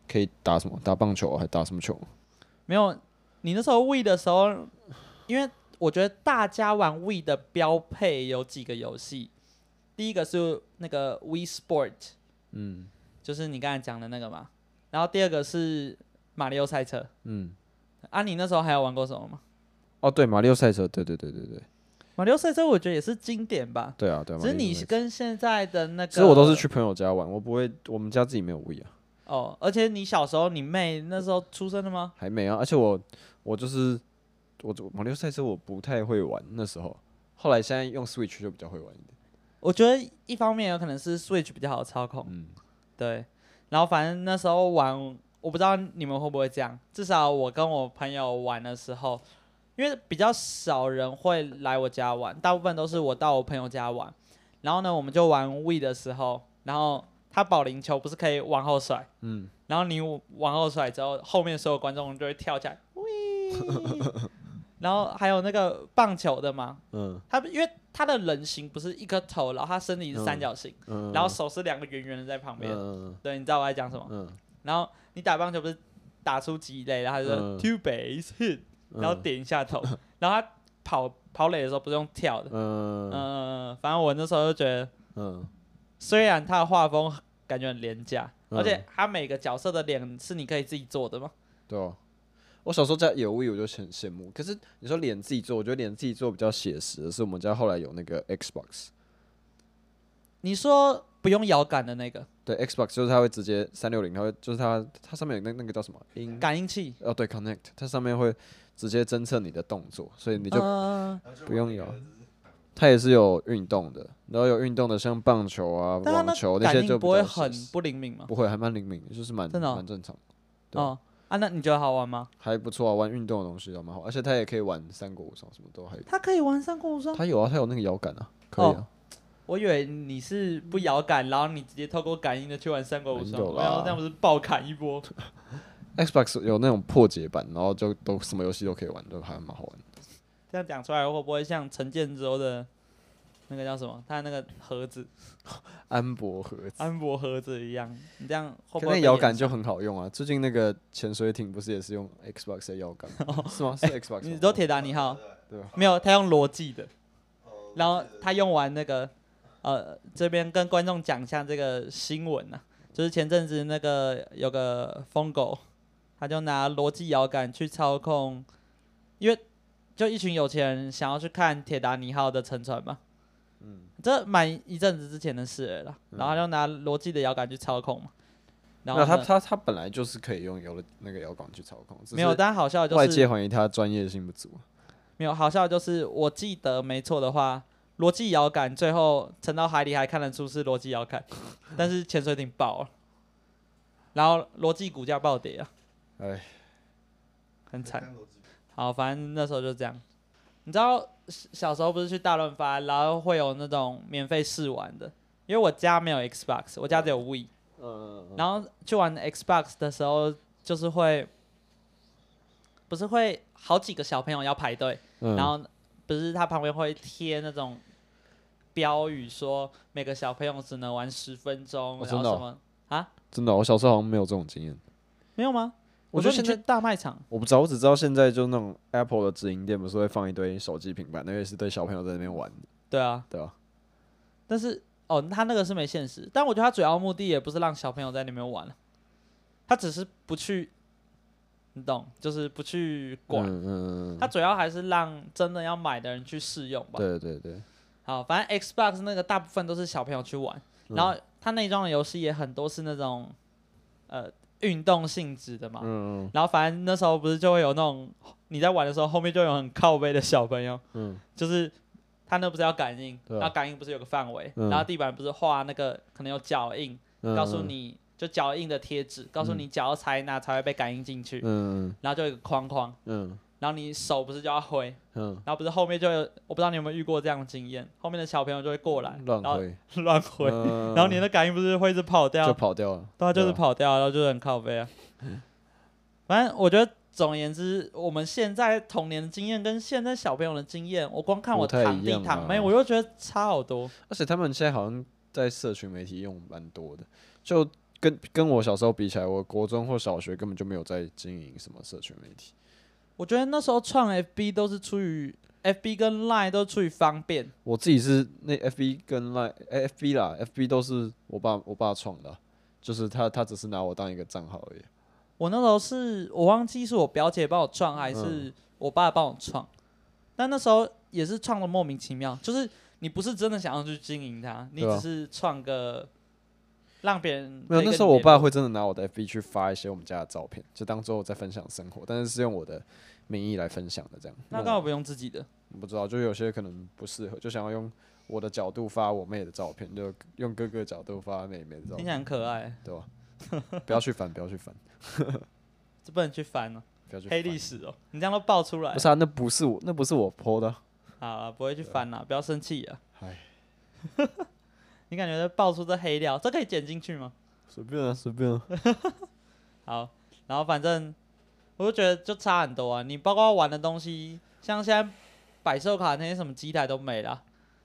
B: 可以打什么打棒球啊还打什么球？
A: 没有，你那时候 We 的时候，因为我觉得大家玩 We 的标配有几个游戏，第一个是那个 We Sport，
B: 嗯，
A: 就是你刚才讲的那个嘛。然后第二个是马里奥赛车
B: 嗯，
A: 啊，你那时候还有玩过什么吗？
B: 哦，对，马里奥赛车，对对对对对，
A: 马里奥赛车我觉得也是经典吧，
B: 对啊对啊。
A: 只是
B: 马里
A: 你
B: 奥赛
A: 是
B: 车
A: 跟现在的那个，
B: 其实我都是去朋友家玩，我不会，我们家自己没有 Wii 啊，
A: 哦，而且你小时候你妹那时候出生的吗？
B: 还没啊。而且我我就是我我马里奥赛车我不太会玩，那时候，后来现在用 Switch 就比较会玩一点。
A: 我觉得一方面有可能是 Switch 比较好操控，
B: 嗯，
A: 对。然后反正那时候玩，我不知道你们会不会这样。至少我跟我朋友玩的时候，因为比较少人会来我家玩，大部分都是我到我朋友家玩。然后呢，我们就玩 We 的时候，然后他保龄球不是可以往后甩，
B: 嗯，
A: 然后你往后甩之后，后面所有观众就会跳起来，We。然后还有那个棒球的嘛，
B: 嗯
A: 他因为他的人形不是一颗头，然后他身体是三角形，
B: 嗯，
A: 然后手是两个圆圆的在旁边。
B: 嗯
A: 对，你知道我在讲什么？
B: 嗯，
A: 然后你打棒球不是打出几垒，然后他就说
B: 嗯
A: two base hit，
B: 嗯
A: 然后点一下头，然后他跑跑垒的时候不是用跳的。嗯、
B: 嗯
A: 反正我那时候就觉得，
B: 嗯
A: 虽然他的画风感觉很廉价，
B: 嗯
A: 而且他每个角色的脸是你可以自己做的嘛。
B: 对啊。我小时候家有 Wii 我就很羡慕，可是你说脸自己做，我觉得脸自己做比较写实的是我们家后来有那个 Xbox，
A: 你说不用摇杆的那个
B: 对 Xbox 就是它会直接三六零，它会就是它它上面有那那个叫什么音
A: 感应器，
B: 哦对 Connect，它上面会直接侦测你的动作，所以你就、
A: 嗯
C: 然后就
B: 不用
C: 玩那
B: 摇
C: 个就是
B: 它也是有运动的，然后有运动的像棒球啊、
A: 但他
B: 网球
A: 那
B: 那
A: 感
B: 些
A: 应
B: 就
A: 不
B: 比
A: 会
B: 较写
A: 很
B: 实
A: 不灵敏吗？
B: 不会还蛮灵敏的，就是蛮
A: 真的哦
B: 蛮正常的，对
A: 哦啊，那你觉得好玩吗？
B: 还不错啊，玩运动的东西都蛮好，而且它也可以玩三国无双什么都还有，
A: 他可以玩三国无双。
B: 它有啊，它有那个摇杆啊，可以啊。
A: 哦我以为你是不摇杆，然后你直接透过感应的去玩三国无双，
B: 没有啦
A: 然后这样不是爆砍一波？
B: Xbox 有那种破解版，然后就都什么游戏都可以玩，都还蛮好玩。
A: 这样讲出来会不会像陈建州的那个叫什么？他那个盒子，
B: 安博盒子，
A: 安博盒子一样？你这样会
B: 可
A: 不
B: 那
A: 会
B: 摇杆就很好用啊。最近那个潜水艇不是也是用 Xbox 的摇杆 吗，是吗？是 Xbox 吗。哦
A: 被演？你说铁达尼号
C: 对
B: 对啊
A: 没有？他用逻辑的，
C: 哦
A: 然后
C: 对
A: 他用完那个呃，这边跟观众讲一下这个新闻啊，就是前阵子那个有个疯狗，他就拿逻辑摇杆去操控，因为就一群有钱人想要去看铁达尼号的沉船嘛，
B: 嗯，
A: 这满一阵子之前的事了啦，然后他就拿逻辑的摇杆去操控嘛，然后
B: 那他
A: 呢
B: 他他本来就是可以用摇的那个摇杆去操控，只
A: 没有，
B: 是
A: 但好笑的
B: 外
A: 就是
B: 界怀疑他专业性不足。
A: 没有好笑的就是我记得没错的话，逻辑摇杆最后沉到海里还看得出是逻辑 摇杆，但是潜水艇爆了，然后逻辑股价暴跌啊，
B: 哎，
A: 很
C: 看
A: 惨。
C: 逻辑
A: 好，反正那时候就这样。你知道小小时候不是去大润发，然后会有那种免费试玩的，因为我家没有 Xbox，我家只有 We。
B: 嗯，
A: 然后去玩 Xbox 的时候，就是会，不是会好几个小朋友要排队，
B: 嗯
A: 然后不是他旁边会贴那种标语说每个小朋友只能玩十分钟，
B: 哦
A: 然后
B: 真的哦
A: 什么
B: 真的，啊我小时候好像没有这种经验。
A: 没有吗？
B: 我觉
A: 说
B: 得
A: 你
B: 现
A: 去
B: 在
A: 大卖场，
B: 我不知道，我只知道现在就那种 Apple 的直营店不是会放一堆手机、平板，那个是对小朋友在那边玩，
A: 对啊，
B: 对吧？
A: 但是哦，他那个是没限时，但我觉得他主要目的也不是让小朋友在里面玩，他只是不去，你懂，就是不去管，
B: 嗯嗯嗯
A: 他主要还是让真的要买的人去试用吧。
B: 嗯，对对对，
A: 好，反正 Xbox 那个大部分都是小朋友去玩，
B: 嗯
A: 然后它内装的游戏也很多是那种呃运动性质的嘛。
B: 嗯
A: 然后反正那时候不是就会有那种你在玩的时候，后面就有很靠背的小朋友，
B: 嗯
A: 就是他那不是要感应，
B: 对啊
A: 然后感应不是有个范围，
B: 嗯
A: 然后地板不是画那个可能有脚印，
B: 嗯，
A: 告诉你就脚印的贴纸，告诉你脚要踩哪才会被感应进去，
B: 嗯，嗯
A: 然后就有一个框框，
B: 嗯
A: 然后你手不是就要挥，
B: 嗯
A: 然后不是后面就有，我不知道你有没有遇过这样的经验，后面的小朋友就会过来，然
B: 嗯，乱
A: 后
B: 挥，
A: 乱挥，
B: 然
A: 然后你的感应不是会一直跑掉
B: 呃就，跑掉了，
A: 对啊，就是
B: 吧，
A: 跑掉，然后就是很靠背 啊。反正我觉得，总而言之，我们现在童年的经验跟现在小朋友的经验，我光看我
B: 不太
A: 堂
B: 一
A: 弟
B: 样
A: 堂
B: 啊
A: 妹，我就觉得差好多。
B: 而且他们现在好像在社群媒体用蛮多的，就跟跟我小时候比起来，我国中或小学根本就没有在经营什么社群媒体，
A: 我觉得那时候创 FB 都是出于 FB 跟 Line 都是出于方便，
B: 我自己是那 FB 跟 Line，哎 FB 啦，FB 都是我爸我爸创的啊，就是他他只是拿我当一个账号而已。
A: 我那时候是我忘记是我表姐帮我创还
B: 嗯
A: 是我爸帮我创，但那时候也是创的莫名其妙，就是你不是真的想要去经营它，你
B: 对啊
A: 只是创个让别人
B: 没
A: 可
B: 有，
A: 以
B: 那
A: 跟
B: 时候
A: 你
B: 我
A: 联
B: 爸
A: 络
B: 会真的拿我的 FB 去发一些我们家的照片，就当做我在分享生活，但是是用我的名义来分享的这样。
A: 那
B: 因为
A: 干嘛不用自己的？
B: 我不知道，就有些可能不适合，就想要用我的角度发我妹的照片，就用哥哥的角度发妹妹的照
A: 听起来
B: 片，
A: 很可爱，
B: 对啊吧？ 不要去烦，不要去烦，
A: 这不能去翻哦，
B: 不要去
A: 黑历
B: 史。
A: 史哦，你这样都爆出来
B: 不。是啊，那不是我，那不是我 PO 的啊。
A: 好啊，不会去翻啦，不要生气啊。
B: 唉，
A: 你感觉在爆出这黑料，这可以剪进去吗？
B: 随便啊，随便啊。
A: 好，然后反正我就觉得就差很多啊。你包括玩的东西，像现在百兽卡那些什么机台都没了。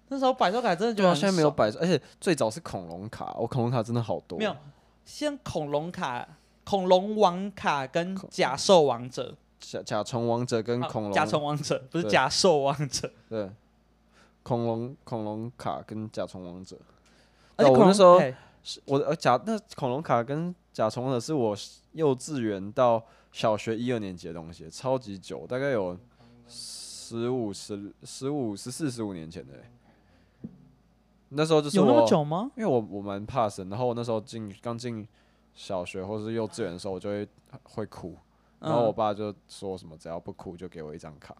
A: 那时候百兽卡真的觉
B: 对
A: 得
B: 啊，
A: 很
B: 现在没有
A: 爽
B: 摆，而且最早是恐龙卡，我恐龙卡真的好多。
A: 没有，像恐龙卡、恐龙王卡跟假兽王者，
B: 甲甲虫王者跟
A: 啊
B: 恐龙
A: 甲虫王者不是
B: 对
A: 假兽王者，
B: 对，恐龙恐龙卡跟甲虫王者。
A: 而
B: 对啊
A: 且恐
B: 我那
A: 龙哎
B: 时候
A: 嘿
B: 是我的呃甲那恐龙卡跟甲虫王者是我幼稚园到小学一二年级的东西，超级久，大概有十五十十五十四十五年前的欸。那时候就是
A: 有
B: 我
A: 那么久吗？
B: 因为我我蛮怕生，然后我那时候进刚进小学或是幼稚园的时候，我就会会哭，然后我
A: 嗯，
B: 爸就说什么只要不哭就给我一张卡，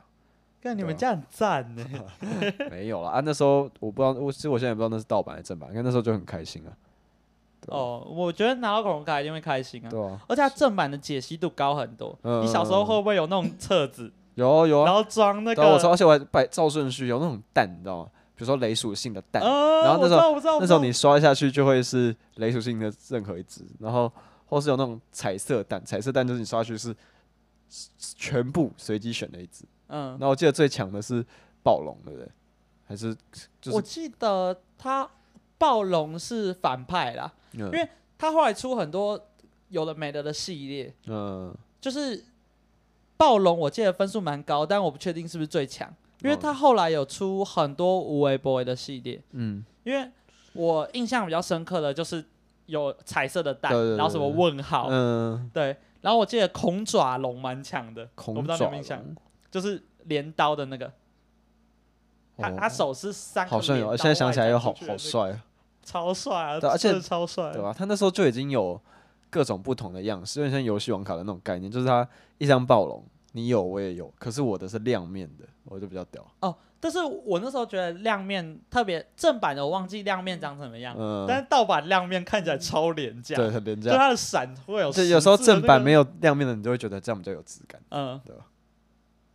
A: 看你
B: 对
A: 们
B: 啊
A: 家很赞 呢。
B: 没有啦啊那时候我不知道，我其实我现在也不知道那是盗版还是正版，因为那时候就很开心啊，对啊
A: 哦，我觉得拿到恐龙卡一定会开心啊，
B: 对啊，
A: 而且它正版的解析度高很多。
B: 嗯
A: 你小时候会不会有那种册子，
B: 有有
A: 然后
B: 啊，
A: 装那
B: 然后我超
A: 个？
B: 而且我还摆照顺序，有那种蛋，你知道吗？比如说雷属性的蛋，
A: 呃
B: 然后那时候
A: 我知道，我知道，我
B: 那
A: 知
B: 时
A: 道
B: 候你刷下去就会是雷属性的任何一只，然后或是有那种彩色蛋，彩色蛋就是你刷下去是是全部随机选的一只。
A: 嗯，
B: 那我记得最强的是暴龙，对不对？还是嗯就
A: 我
B: 是
A: 记得他暴龙是反派啦，
B: 因
A: 为他后来出很多有的没的的系列，
B: 嗯
A: 就是暴龙，我记得分数蛮高，但我不确定是不是最强，因为
B: 哦
A: 他后来有出很多无为 boy 的系列，
B: 嗯，
A: 因为我印象比较深刻的就是有彩色的蛋，
B: 对对对
A: 然后什么
B: 对
A: 问号，
B: 嗯，
A: 对，然后我记得恐爪龙蛮强的，
B: 恐
A: 我不知道你有
B: 爪
A: 没有印象，
B: 龙，
A: 就是镰刀的那个，他
B: 哦
A: 他手是三个
B: 好像有，
A: 镰刀
B: 现在想起来又好
A: 外展出去的
B: 好
A: 那个，
B: 帅啊，
A: 超帅啊，
B: 对而且
A: 真的超帅，
B: 对吧？啊他那时候就已经有各种不同的样式，有点像游戏王卡的那种概念，就是他一张暴龙，你有我也有，可是我的是亮面的，我就比较屌，
A: 哦，但是我那时候觉得亮面特别正版的，我忘记亮面长什么样，
B: 嗯，
A: 但是盗版亮面看起来超廉价，
B: 对，很廉
A: 就
B: 价。
A: 它的闪会有，
B: 就有时候正版没
A: 有，
B: 有亮面的，你就会觉得这样比较有质感。
A: 嗯，
B: 对吧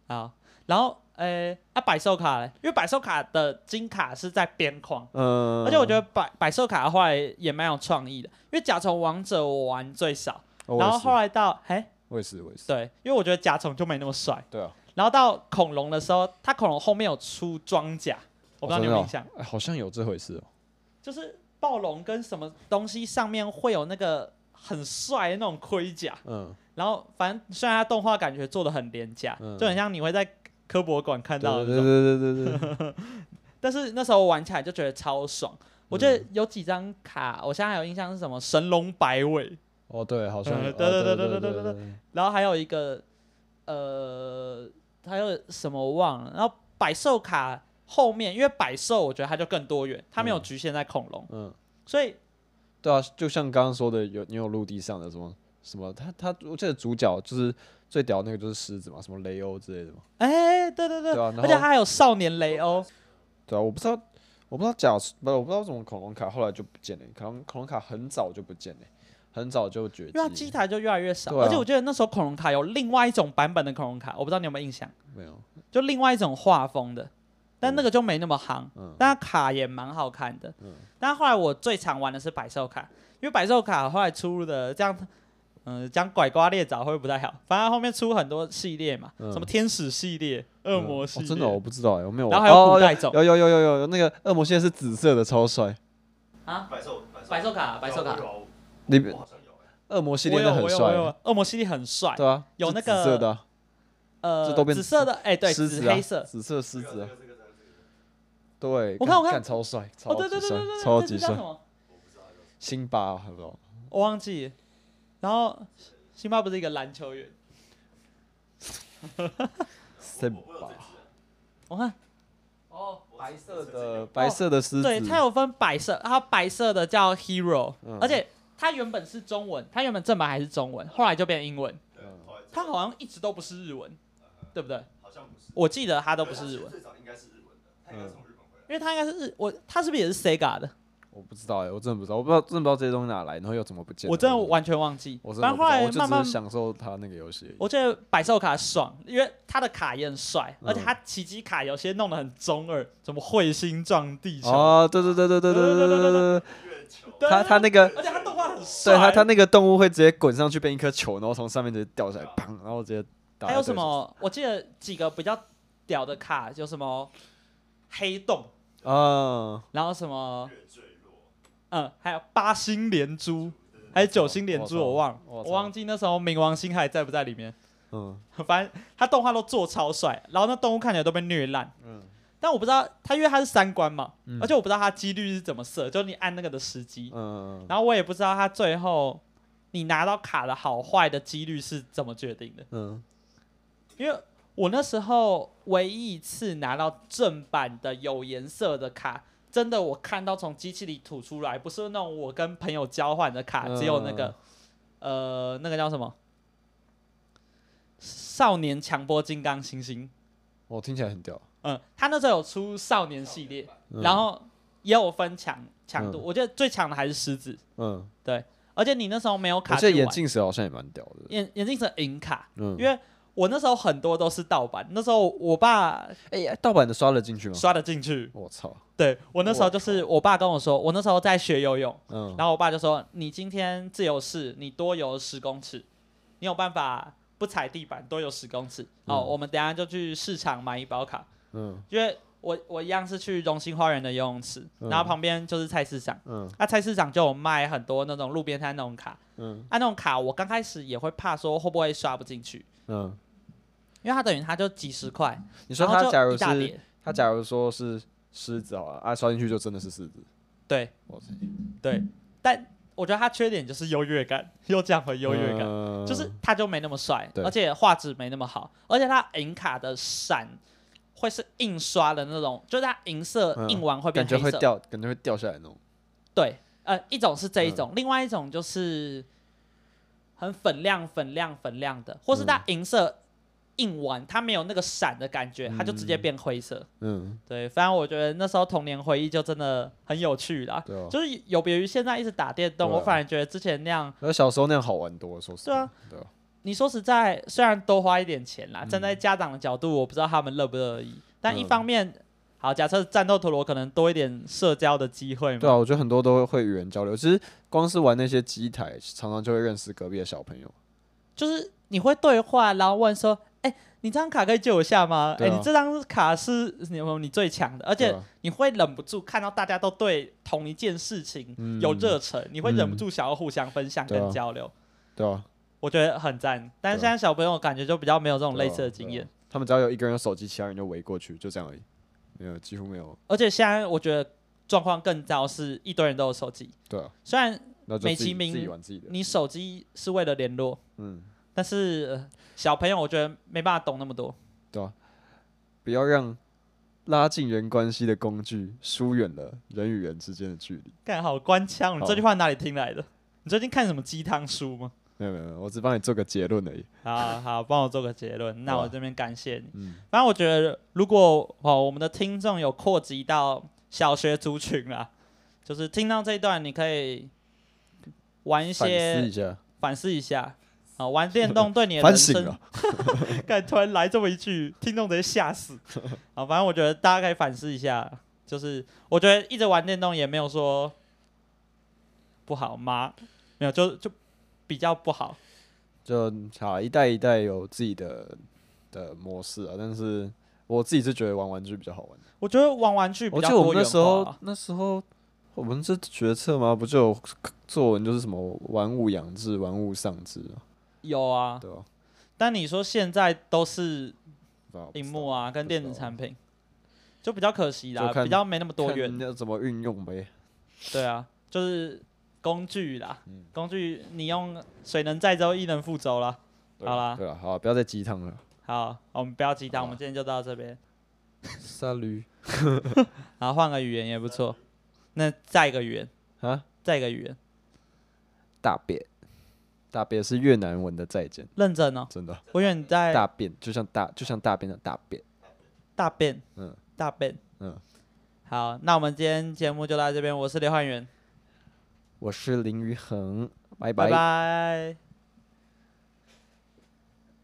B: 啊
A: 好，然后呃，啊百兽卡嘞，因为百兽卡的金卡是在边框。
B: 嗯，
A: 而且我觉得百百兽卡后来也蛮有创意的，因为甲虫王者我玩最少，
B: 哦，
A: 然后
B: 我也是
A: 后来到哎、
B: 我也是，我也是，
A: 对，因为我觉得甲虫就没那么帅，
B: 对啊，
A: 然后到恐龙的时候，它恐龙后面有出装甲，我不知道
B: 哦
A: 你有没
B: 真的
A: 有
B: 哦
A: 印象，
B: 哎好像有这回事哦。
A: 就是暴龙跟什么东西上面会有那个很帅的那种盔甲，
B: 嗯，
A: 然后反正虽然它动画感觉做的很廉价，
B: 嗯
A: 就很像你会在科博馆看
B: 对
A: 到的那种
B: 对对对对对 对，
A: 但是那时候我玩起来就觉得超爽。我觉得
B: 嗯
A: 有几张卡，我现在还有印象是什么神龙摆尾，
B: 哦对，好像
A: 嗯
B: 有
A: 对
B: 哦
A: 对对
B: 对
A: 对
B: 对
A: 对对
B: 对，
A: 然后还有一个呃，还有什么我忘了。然后百兽卡后面，因为百兽我觉得它就更多元，它没有
B: 嗯
A: 局限在恐龙，
B: 嗯，
A: 所以
B: 对啊，就像刚刚说的，有你有陆地上的什么什么，他他我记得主角就是最屌那个就是狮子嘛，什么雷欧之类的嘛，
A: 哎、对对对，
B: 对啊，然
A: 而且它
B: 后
A: 还有少年雷欧，
B: 对啊，我不知道我不知道假不我不知道为什么恐龙卡后来就不见了，恐龙恐龙卡很早就不见了，很早就绝
A: 因为它机
B: 迹，
A: 台就越来越少。
B: 啊对啊
A: 而且我记得那时候恐龙卡有另外一种版本的恐龙卡，我不知道你有没有印象，
B: 没有，
A: 就另外一种画风的，但那个就没那么夯。
B: 嗯
A: 但它卡也蛮好看的。
B: 嗯
A: 但后来我最常玩的是百兽卡，因为百兽卡后来出的这样，嗯、讲拐瓜裂枣会不会不太好？反正它后面出很多系列嘛，
B: 嗯
A: 什么天使系列、恶魔
B: 哦
A: 系列，
B: 真的哦我不知道哎，我没有，
A: 然后还有古
B: 哦
A: 代种、
B: 有有有有有有那个恶魔现在是紫色的，超帅，
A: 啊，
C: 百兽
A: 百兽卡，百兽卡，
B: 你
C: 我好像有欸
B: 恶魔 系
A: 我
B: 列
A: 有
B: 的很
A: 我有我
B: 帅，
A: 有，恶魔系列很帅，
B: 对啊，
A: 有
B: 是
A: 那
B: 紫色
A: 个
B: 的啊
A: 呃，
B: 这都变
A: 紫色的，哎、对，
B: 狮
A: 紫
B: 子啊
A: 黑色，
B: 紫色狮
C: 这
B: 子
C: 个
B: 啊
C: 这。个这个这个这个
B: 对，
A: 我看
B: 干
A: 我看
B: 干超帅，超
A: 哦，对
B: 级
A: 对对
B: 帅
A: 对对，，
B: 超
A: 这
B: 级
A: 叫
B: 帅
A: 什，么？
B: 辛巴，好不好？
A: 我忘记了。然后辛巴不是一个篮球员，
B: 塞吧，
A: 我看
D: 哦，白色
B: 呃，
D: 的，
B: 白色的狮子，
A: 对，它有分白色，它白色的叫 Hero，、
B: 嗯
A: 而且它原本是中文，它原本正版还是中文，后来就变英文。
B: 嗯
A: 它好像一直都不是日文，对不对？
C: 好像不是，
A: 我记得它都不是日文，
C: 最早应该是日文的，他应该是从日本回来。
A: 因为它应该是日，我它是不是也是 Sega 的？
B: 我不知道哎、我真的不知道，我不知道真的不知道这些东西哪来，然后又怎么不见了。
A: 我真的完全忘记。
B: 我真的
A: 反正
B: 不知
A: 后
B: 道
A: 来
B: 我
A: 慢
B: 就
A: 慢
B: 只是，享受他那个游戏而已。
A: 我觉得百兽卡爽，因为它的卡也很帅，
B: 嗯
A: 而且它奇迹卡有些弄得很中二，什么彗星撞地球，
B: 哦，对对对对对对对对对对，
C: 月球，
A: 对啊
B: 他他那个，
A: 而且它动画很帅。
B: 对他他那个动物会直接滚上去变一颗球，然后从上面直接掉下来，砰，然后直接打。
A: 还有什？么？我记得几个比较屌的卡，有什么黑洞，
B: 啊，
A: 然后什么
C: 月坠落，
A: 嗯，还有八星连珠，还有九星连珠，
B: 我操
A: 我忘了，
B: 我
A: 我
B: 操
A: 忘记那时候冥王星还在不在里面。
B: 嗯
A: 反正他动画都做超帅，然后那动物看起来都被虐烂。
B: 嗯
A: 但我不知道他，因为他是三关嘛，
B: 嗯
A: 而且我不知道他几率是怎么设，就是你按那个的时机，
B: 嗯
A: 然后我也不知道他最后你拿到卡的好坏的几率是怎么决定的。
B: 嗯
A: 因为我那时候唯一一次拿到正版的有颜色的卡，真的我看到从机器里吐出来，不是那种我跟朋友交换的卡，
B: 嗯
A: 只有那个、呃那个叫什么少年强迫金刚猩猩，
B: 我听起来很屌。
A: 嗯，他那时候有出少年系列，
B: 嗯
A: 然后也有分强强度，
B: 嗯
A: 我觉得最强的还是狮子，
B: 嗯，
A: 而且你那时候没有
B: 我
A: 卡
B: 记得
A: 去
B: 眼
A: 玩，
B: 镜蛇好像也蛮屌的。
A: 眼眼镜蛇银卡，
B: 嗯，
A: 因为我那时候很多都是盗版，那时候我爸
B: 哎呀，盗版的刷了进去吗？
A: 刷得进去。
B: 我操，
A: 对我那时候就是我爸跟我说，我那时候在学游泳，
B: 嗯，
A: 然后我爸就说：“你今天自由式，你多游十公尺，你有办法不踩地板多游十公尺。哦，
B: 嗯
A: 我们等一下就去市场买一包卡，
B: 嗯
A: 因为我我一样是去荣兴花园的游泳池，
B: 嗯
A: 然后旁边就是菜市场。
B: 嗯
A: 那、菜市场就有卖很多那种路边摊那种卡，
B: 嗯
A: 啊，那种卡我刚开始也会怕说会不会刷不进去，
B: 嗯，
A: 因为它等于它就几十块，
B: 你说
A: 然后
B: 他假
A: 就
B: 如
A: 一大
B: 是
A: 叠，
B: 他假如说是狮子好了，啊，刷进去就真的是狮子。
A: 对
B: 我操，
A: 对，但我觉得它缺点就是优越感，又讲回优越感。
B: 感
A: 就是他就没那么帅，
B: 嗯对
A: 而且画质没那么好，而且他银卡的闪会是印刷的那种，就是它银色
B: 嗯
A: 印完会变
B: 感觉
A: 黑
B: 会
A: 色。
B: 掉，感觉会掉下来那种。
A: 对，呃，一种是这一
B: 嗯
A: 种，另外一种就是很粉亮、粉亮、粉亮的，或是它银色印完它没有那个闪的感觉，它就直接
B: 嗯
A: 变灰色。
B: 嗯，
A: 对，反正我觉得那时候童年回忆就真的很有趣啦。
B: 对啊。
A: 就是有别于现在一直打电动，
B: 对啊
A: 我反而觉得之前那样
B: 而小时候那样好玩多了，说实
A: 对啊
B: 话，对啊，
A: 你说实在，虽然多花一点钱啦，站在家长的角度，我不知道他们乐不乐意。但一
B: 嗯
A: 方面，好，假设战斗陀螺可能多一点社交的机会
B: 对
A: 嘛。
B: 啊，我觉得很多都会与人交流。其实光是玩那些机台，常常就会认识隔壁的小朋友。
A: 就是你会对话，然后问说：“哎、你这张卡可以借我一下吗？哎、
B: 对啊
A: 你这张卡是你有没有你最强的？”而
B: 对
A: 且
B: 啊
A: 你会忍不住看到大家都对同一件事情
B: 嗯
A: 有热忱，你会忍不住想要互相分享
B: 对啊
A: 跟交流。
B: 对啊，
A: 我觉得很赞，但是
B: 对
A: 现
B: 啊
A: 在小朋友感觉就比较没有这种类似的经
B: 对啊
A: 验。
B: 他们只要有一个人有手机，其他人就围过去，就这样而已，没有几乎没有。
A: 而且现在我觉得状况更糟，是一堆人都有手机，
B: 对啊，
A: 虽然
B: 那就
A: 美
B: 自
A: 其
B: 己自己
A: 名
B: 玩自己的。
A: 你手机是为了联络，
B: 嗯，
A: 但是、呃小朋友我觉得没办法懂那么多。
B: 不要让拉近人关系的工具疏远了人与人之间的距离。
A: 干好官腔，你
B: 好
A: 这句话哪里听来的？你最近看什么鸡汤书吗？
B: 没有没有没有，我只帮你做个结论而已。
A: 好好，帮我做个结论。那
B: 好啊
A: 我这边感谢你。
B: 嗯，
A: 反正我觉得，如果哦我们的听众有扩及到小学族群啦，就是听到这一段，你可以玩一
B: 反思一
A: 些
B: 下，
A: 反思一下。啊、玩电 动对你的
B: 反
A: 人
B: 省啊
A: 生
B: 了。
A: 干突然来这么一句，听众直接吓 死。啊，反正我觉得大家可以反思一下，就是我觉得一直玩电动也没有说不好吗？没有，就就比较不好。
B: 就好一代一代有自己的的模式啊，但是我自己是觉得玩玩具比较好玩。
A: 我觉得玩玩具比
B: 我记
A: 较
B: 得
A: 多
B: 我们
A: 元
B: 那时
A: 化
B: 候
A: 啊。
B: 那时候我们是决策吗？不就有作文就是什么玩物养志、玩物丧志啊，
A: 有啊，
B: 对吧？
A: 但你说现在都是
B: 不知道不
A: 荧
B: 知
A: 幕啊，跟
B: 不
A: 电
B: 知
A: 子
B: 道
A: 产品，就比较可惜
B: 就
A: 啦，
B: 看
A: 比较没那么
B: 道
A: 多
B: 看
A: 元。
B: 要怎么运用呗。
A: 对啊，就是工具啦，
B: 嗯
A: 工具你用水能载舟，亦能覆舟啦。
B: 对啊
A: 好啦
B: 对了，好啦，不要再鸡汤了。
A: 好，我们不要鸡汤，
B: 好啊
A: 我们今天就到这边，
B: 三驴
A: 然后换个语言也不错。那再一个语言，
B: 啊，
A: 再一个语言，
B: 大便，大便是越南文的再见，
A: 认真哦。
B: 真的。
A: 我以为你在
B: 大便就像大就像大便的大便，
A: 大便，
B: 嗯
A: 大便，
B: 嗯。
A: 好，那我们今天节目就到这边，我是刘焕元，
B: 我是林于恒，拜
A: 拜拜